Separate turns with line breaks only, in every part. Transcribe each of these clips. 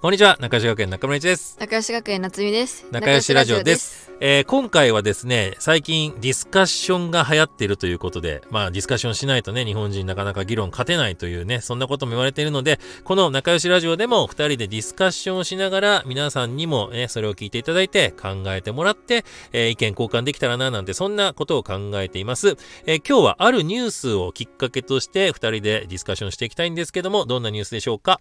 こんにちは中志学園中村一です
仲良し学園夏美です
仲良しラジオですえー今回はですね最近ディスカッションが流行っているということでまあディスカッションしないとね日本人なかなか議論勝てないというねそんなことも言われているのでこの仲良しラジオでも2人でディスカッションをしながら皆さんにも、ね、それを聞いていただいて考えてもらって、えー意見交換できたらななんてそんなことを考えています、えー今日はあるニュースをきっかけとして2人でディスカッションしていきたいんですけどもどんなニュースでしょうか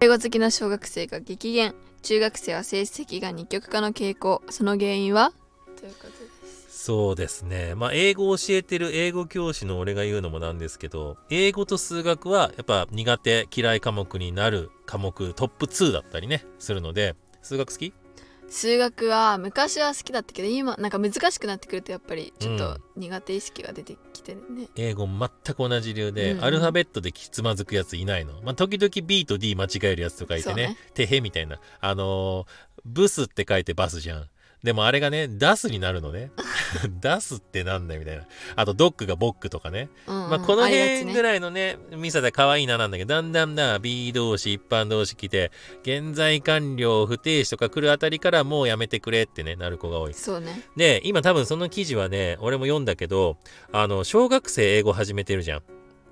英語好きな小学生が激減中学生は成績が二極化の傾向その原因はということです
そうですね。まあ、英語を教えてる英語教師の俺が言うのもなんですけど、英語と数学はやっぱ苦手、嫌い科目になる科目トップ2だったりね、するので、数学好き
数学は昔は好きだったけど今なんか難しくなってくるとやっぱりちょっと苦手意識が出てきてるね、
英語全く同じ理由で、
うん
アルファベットできつまずくやついないの。まあ、時々 B と D 間違えるやつとかいて
そう
ね
ね、
てへみたいな。あのーブスって書いてバスじゃん。でもあれがね、出すになるの ね。出すってなんだよみたいな。あと、ドックがボックとかね。
うんうん
まあ、この辺ぐ
い
らいのね、ミサで可愛いななんだけど、だんだんな、B 動詞、一般動詞来て、現在完了、不定詞とか来るあたりからもうやめてくれってね、なる子が多い。
そうね
で、今多分その記事はね、俺も読んだけど、あの、小学生英語始めてるじゃん。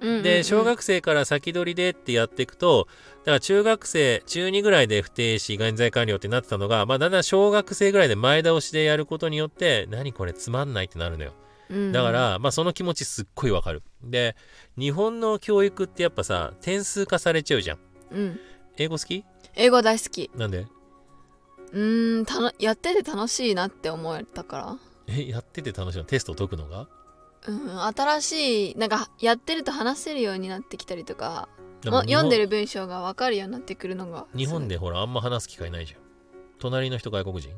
うんうんうん
で、小学生から先取りでってやっていくと、だから中学生、中2ぐらいで不定詞、現在完了ってなってたのが、まあ、だんだん小学生ぐらいで前倒しでやることによって、何これつまんないってなるのよ。
うん
だから、まあ、その気持ちすっごいわかる。で、日本の教育ってやっぱさ、点数化されちゃうじゃん。
うん
英語好き
英語大好き
なんで
うーんたのやってて楽しいなって思えたから
え、やってて楽しいのテストを解くのが
うん、新しいなんかやってると話せるようになってきたりとか
で
も
も
う読んでる文章が分かるようになってくるのが
日本で
で
ほら、あんま話す機会ないじゃん。隣の人外国人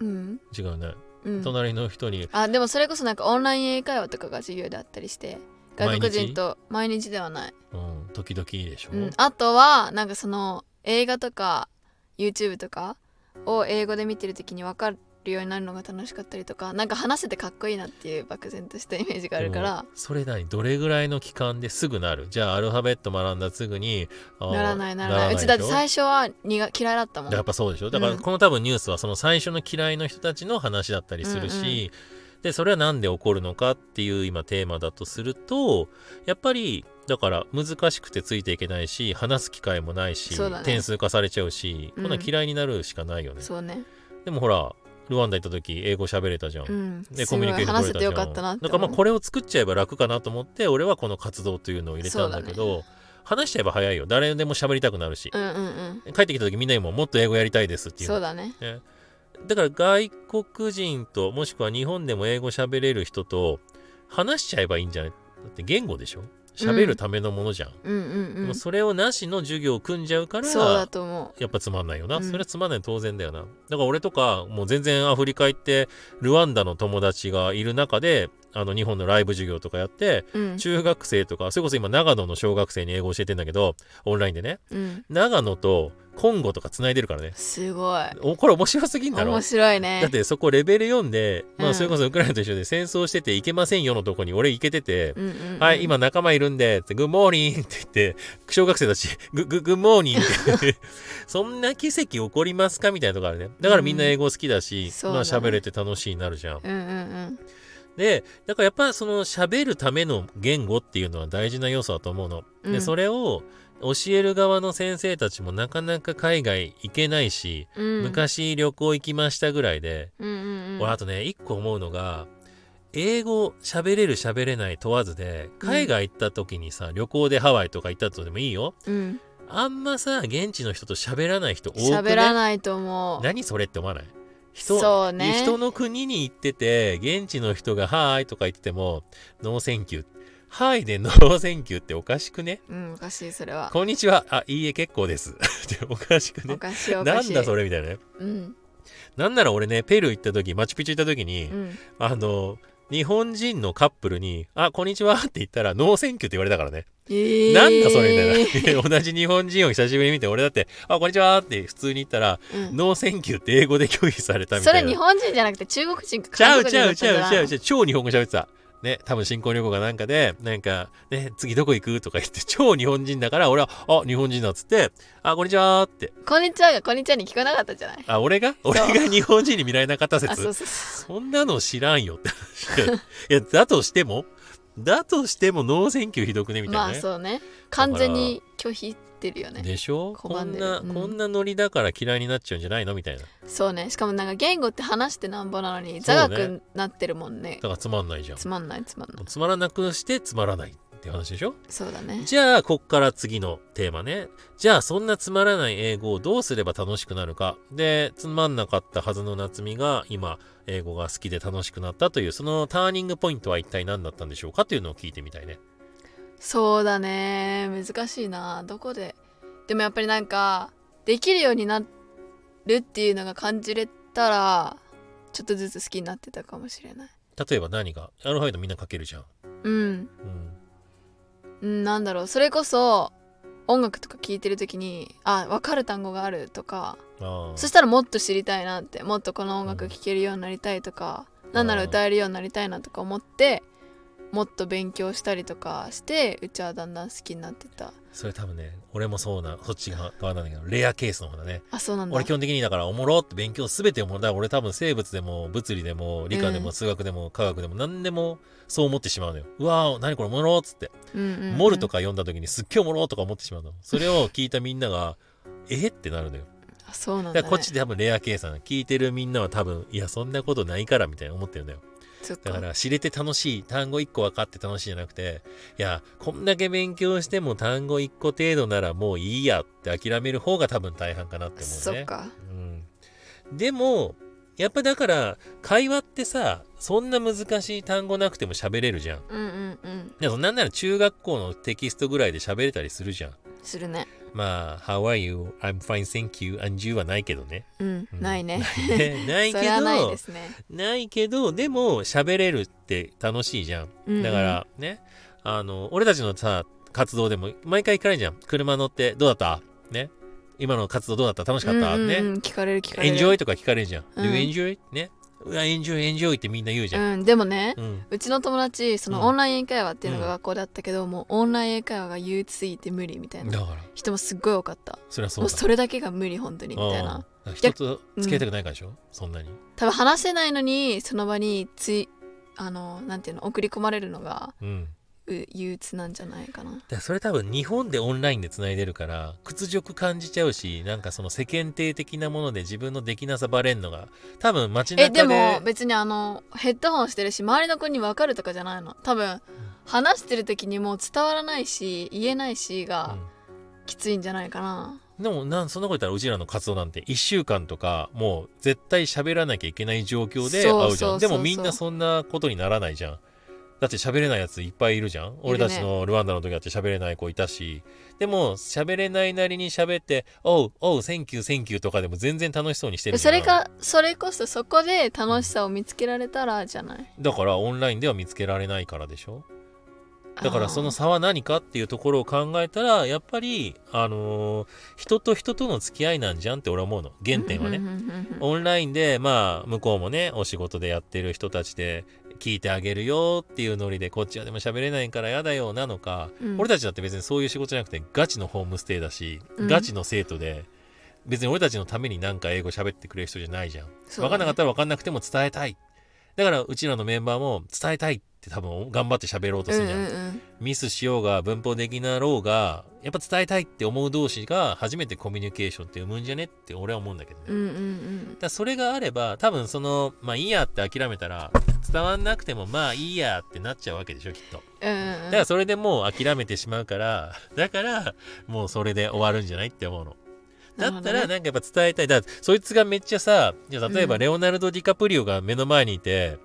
うん、
違うね。
うん、
隣の人に、
あでもそれこそなんかオンライン英会話とかが授業であったりして外国人と毎日ではない、
うん、時々いいでしょ。
うん、あとはなんかその映画とか YouTube とかを英語で見てる時に分かるようになるのが楽しかったりとかなんか話せてかっこいいなっていう漠然としたイメージがあるから
でもそれ何どれぐらいの期間ですぐなるじゃあアルファベット学んだすぐに
ならないならない
で
う
しょ
ちだって最初は苦嫌いだったもん
やっぱそうでしょだから
うん
この多分ニュースはその最初の嫌いの人たちの話だったりするし、
うんう
でそれは何で起こるのかっていう今テーマだとするとやっぱりだから難しくてついていけないし話す機会もないし、
そうだね
点数化されちゃうしこんなん嫌いになるしかないよね、
そうね
でもほらルワンダ行った時英語喋れたじゃん、
うん、
ですコ
ご
ミ
い
ュニケーション
話
取れた
せ
じ
て
ゃ
よ
ん
かったなって
だか
思う
らまあこれを作っちゃえば楽かなと思って俺はこの活動というのを入れたんだけ
そう
ど話しちゃえば早いよ誰でも喋りたくなるし、
うんうんうん
帰ってきた時みんなにももっと英語やりたいですっていうの
そうだね
ね、だから外国人ともしくは日本でも英語喋れる人と話しちゃえばいいんじゃないだって言語でしょ喋るためのものじゃん、
うんうん
で
うん
もそれをなしの授業を組んじゃうから
そうだと思
やっぱつまんないよな、
うん
それはつまんない当然だよなだから俺とかもう全然アフリカ行ってルワンダの友達がいる中であの日本のライブ授業とかやって
ううん
中学生とかそれこそ今長野の小学生に英語教えてんだけどオンラインでね
うん
長野とコンゴとかつないでるからね
すごい
おこれ面白すぎんだろ
面白いね
だってそこレベル4で、ま
う
あ、
ん
それこそウクライナと一緒で戦争してて行けませんよのとこに俺行けてて、
うんうんうん
はい、今仲間いるんで、って、グッモーニングって言って、小学生たち、グッグッグッモーニングって そんな奇跡起こりますかみたいなとこあるね。だからみんな英語好きだし、
うんそう
まあ
だね
喋れて楽しいになるじゃん。
うんうん
で、だからやっぱその喋るための言語っていうのは大事な要素だと思うの。
うんう
で、
ん
それを教える側の先生たちもなかなか海外行けないし、
うん
昔旅行行きましたぐらいで、
うんうんうん
俺あとね一個思うのが英語喋れる喋れない問わずで
うん
海外行った時にさ、旅行でハワイとか行ったとでもいいよ
うん
あんまさ現地の人と喋らない人多くね
喋らないと思う
何それって思わない人
そうね
人の国に行ってて現地の人が「はーい」とか言ってても「ノーセンキュー」「はい」で「ノ ーセンキュー」っておかしくね
うんおかしいそれは
こんにちはあいいえ結構です」 っておかしく
お
ね
かしいお
な
か
ん
しい
だそれみたいなね
うん
なんなら俺ねペルー行った時マチュピチュ行った時に、
うん
あの、日本人のカップルに、あ、こんにちはって言ったら、ノーセンキューって言われたからね。
えー
なんだそれみたいな。 同じ日本人を久しぶりに見て、俺だって、あ、こんにちはって普通に言ったら、
うん
ノーセンキューって英語で拒否されたみた
そ
いな。
れ日本人じゃなくて中国人か
ちゃ
韓
うち
国人
ゃ
だ
う
っ
ち
たんじ
ゃ
な
う
い
ちゃうちゃう、超日本語喋ってた。ね、多分新婚旅行かなんかで、なんか、ね、次どこ行くとか言って、超日本人だから、俺は、あ、日本人だっつって、あ、こんにちはって。
こんにちはがこんにちはに聞かなかったじゃない
あ、俺が俺が日本人に見られなかった
あそ
説。
うそうそ
そんなの知らんよって 話。いや、だとしても、だとしても、ノーセンキューひどくね、
う
みたいな
ま、あ
ね。
そうね完全に拒否ってるよね
でしょこ
拒ん
ん
でる
な、
うん
こんなノリだから嫌いになっちゃうんじゃないのみたいな。
そうねしかもなんか言語って話してなんぼなのに
そう
座
ね
学になってるもんね
だからつまんないじゃん。
つまんないつまんない
つまらなくしてつまらないって話でしょ
そうだね
じゃあ、こっから次のテーマね。じゃあ、そんなつまらない英語をどうすれば楽しくなるか。で、つまんなかったはずの夏美が今、英語が好きで楽しくなったという、そのターニングポイントは一体何だったんでしょうかというのを聞いてみたいね。
そうだね難しいなどこででもやっぱりなんかできるようになるっていうのが感じれたらちょっとずつ好きになってたかもしれない
例えば何がアルファベットみんな書けるじゃん。
うん
うん。
うんなんだろうそれこそ音楽とか聴いてる時にあ分かる単語があるとか
ああ。
そしたらもっと知りたいなってもっとこの音楽聴けるようになりたいとか、なんなら歌えるようになりたいなとか思ってもっと勉強したりとかしてうちはだんだん好きになってた
それ多分ね、俺もそうな、そっち側なんだけど、レアケースの方だね。
あそうなんだ
俺基本的にだからおもろって勉強すべておもろだから俺多分生物でも物理でも理科で
う
も
ん
数学でも科学でも何でもそう思ってしまうのよ。うわー何これおもろっつって。
うんうんうん
モルとか読んだ時にすっげえおもろとか思ってしまうの。それを聞いたみんなが えってなるのよ。
あそうなん
だ
だ,、ね、
からこっち多分レアケースなの聞いてるみんなは多分いやそんなことないからみたいな思ってるのよ。
そっか
だから知れて楽しい単語1個分かって楽しいじゃなくていやこんだけ勉強しても単語1個程度ならもういいやって諦める方が多分大半かなって思うね。
そっか
うん、でもやっぱだから会話ってさそんな難しい単語なくても喋れるじゃん。
うんうんうん
でもなんなら中学校のテキストぐらいで喋れたりするじゃん。
するね
まあ「How are you?」「I'm fine thank you」「and you」はないけど ね。
うん、
うん
ないね
ねないけ
そ
ど
れはないですね、
ないけどでも喋れるって楽しいじゃん。
うんうん
だからね、あの、俺たちのさ、活動でも毎回聞かれるじゃん。車乗ってどうだったね。今の活動どうだった楽しかった、
うんうん
ね
う。ん、聞かれる聞かれ
エ
る
ンジョイとか聞かれるじゃん。
うん
Do you enjoy? ね。うわ、エンジョイ、エンジョイってみんな言うじゃん。
うんでもね、
うん。
うちの友達そ
うん
のオンライン英会話っていうのが
うん
学校だったけど、もうオンライン英会話が憂鬱すぎて無理みたい
だ
な
から、
人もすっごい多かった
それはそ
も
う
う
だ。
それだけが無理本当にみたい
うん
な
だから人と付き合いたくないからでしょ、そんなに。
多分話せないのにその場についあのなんていうの送り込まれるのが
うん。
う憂鬱なんじゃないかな
だからそれ多分日本でオンラインでつないでるから屈辱感じちゃうしなんかその世間体的なもので自分のできなさバレんのが多分街
え
中で
でも別にあのヘッドホンしてるし周りの子に分かるとかじゃないの多分話してる時にもう伝わらないし言えないしがきついんじゃないかな、
でもなんそんなこと言ったらうちらの活動なんて1週間とかもう絶対喋らなきゃいけない状況で
そう
会うじゃん
そう
で
そ
も
うそう
みんなそんなことにならないじゃんだって喋れないやついっぱいいるじゃん俺たちのルワンダの時だって喋れない子いたしでも喋れないなりに喋って「おうおうセンキューセンキュー」とかでも全然楽しそうにしてるじゃ
そ
ん
れかそれこそそこで楽しさを見つけられたらじゃない
だからオンラインでは見つけられないからでしょだからそ
あ
の
ー
差は何かっていうところを考えたらやっぱりあのー人と人との付き合いなんじゃんって俺は思うの原点はね
うんうんうんうんうん
オンラインでまあ向こうもねお仕事でやってる人たちで聞いてあげるよっていうノリでこっちはでも喋れないからやだよなのか、
うん
俺たちだって別にそういう仕事じゃなくてガチのホームステイだし、
うん
ガチの生徒で別に俺たちのためになんか英語喋ってくれる人じゃないじゃん、分
そうだ
かん
ね
なかったら分かんなくても伝えたいだからうちらのメンバーも伝えたいって多分頑張って喋ろうとするじゃん、
うんうんうん
ミスしようが文法できなろうがやっぱ伝えたいって思う同士が初めてコミュニケーションって生むんじゃねって俺は思うんだけどね、
うんうんうん
だからそれがあれば多分そのまあいいやって諦めたら伝わんなくてもまあいいやってなっちゃうわけでしょきっと
うんうんう
だ
ん
からそれでもう諦めてしまうからだからもうそれで終わるんじゃないって思うのだったら
なるほど
な
ね
んかやっぱ伝えたいだからそいつがめっちゃさじゃあ例えば
うん
レオナルド・ディカプリオが目の前にいて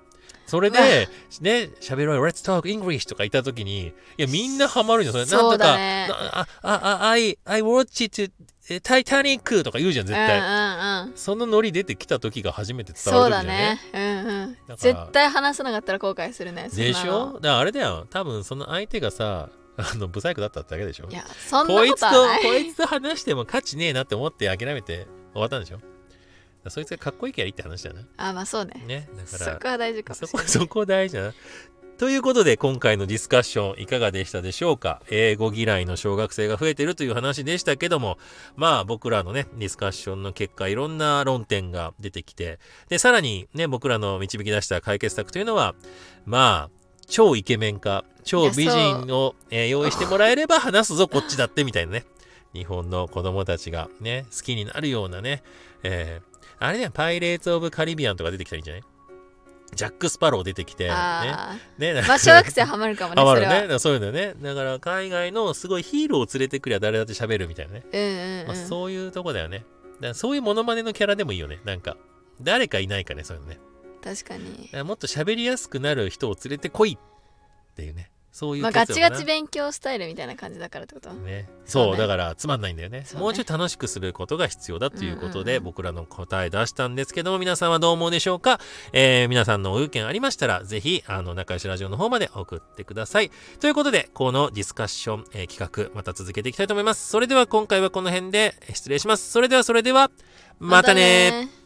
それ
うわ
で、ね、喋ろうよ、Let's talk English とか言った時に、いや、みんなハマるじゃん、それ。なん
そう
とか、
だね
なあ、あ、あ、I, I watch it, eh, Titanic とか言うじゃん、絶対。
うんうんうん
そのノリ出てきた時が初めて伝
そ
わる
う
ん
だ
じゃね
ね。うんうん
だから
絶対話さなかったら後悔するねそんな
で
の
しょだからあれだよ。多分その相手がさ、あの、不細工だったってだけでしょ
いやそんな
こい
こ
つ
と
と、
はない
こいつと話しても価値ねえなって思って諦めて終わったんでしょだからそいつがかっこいいからいいって話だな。
あまあそうね
ね。だ
そ
か、
こは大事からもし
そこ、
れ ない
そこ大事だな。ということで今回のディスカッションいかがでしたでしょうか英語嫌いの小学生が増えてるという話でしたけどもまあ僕らのねディスカッションの結果いろんな論点が出てきてでさらにね僕らの導き出した解決策というのはまあ超イケメンか超美人を、えー用意してもらえれば話すぞこっちだってみたいなね日本の子供たちがね好きになるようなね、えーあれねパイレーツ・オブ・カリビアンとか出てきたらいいんじゃないジャック・スパロー出てきて、ね、
あ
ね、
あ、まあ小学生ハマるかもね、
ハマ
そ
る
れ
ね。
は。
だからそういうのね。だから海外のすごいヒーローを連れてくりゃ誰だって喋るみたいなね。
うんうん
まあ、
うん。
そういうとこだよね。だからそういうモノマネのキャラでもいいよね。なんか、誰かいないかね、そういうのね。
確かに
だ。からもっと喋りやすくなる人を連れてこいっていうね。そういう
まあガ
結
チ
論か
ガ
な
チ勉強スタイルみたいな感じだからってこと
ね、そう
そうね
だからつまんないんだよね
そうね
もうちょい楽しくすることが必要だということで、
うんうんうん
僕らの答え出したんですけども皆さんはどう思うでしょうか、えー皆さんのご意見ありましたらぜひあの仲良しラジオの方まで送ってくださいということでこのディスカッション、えー企画また続けていきたいと思いますそれでは今回はこの辺で失礼しますそれではそれではまたね
またね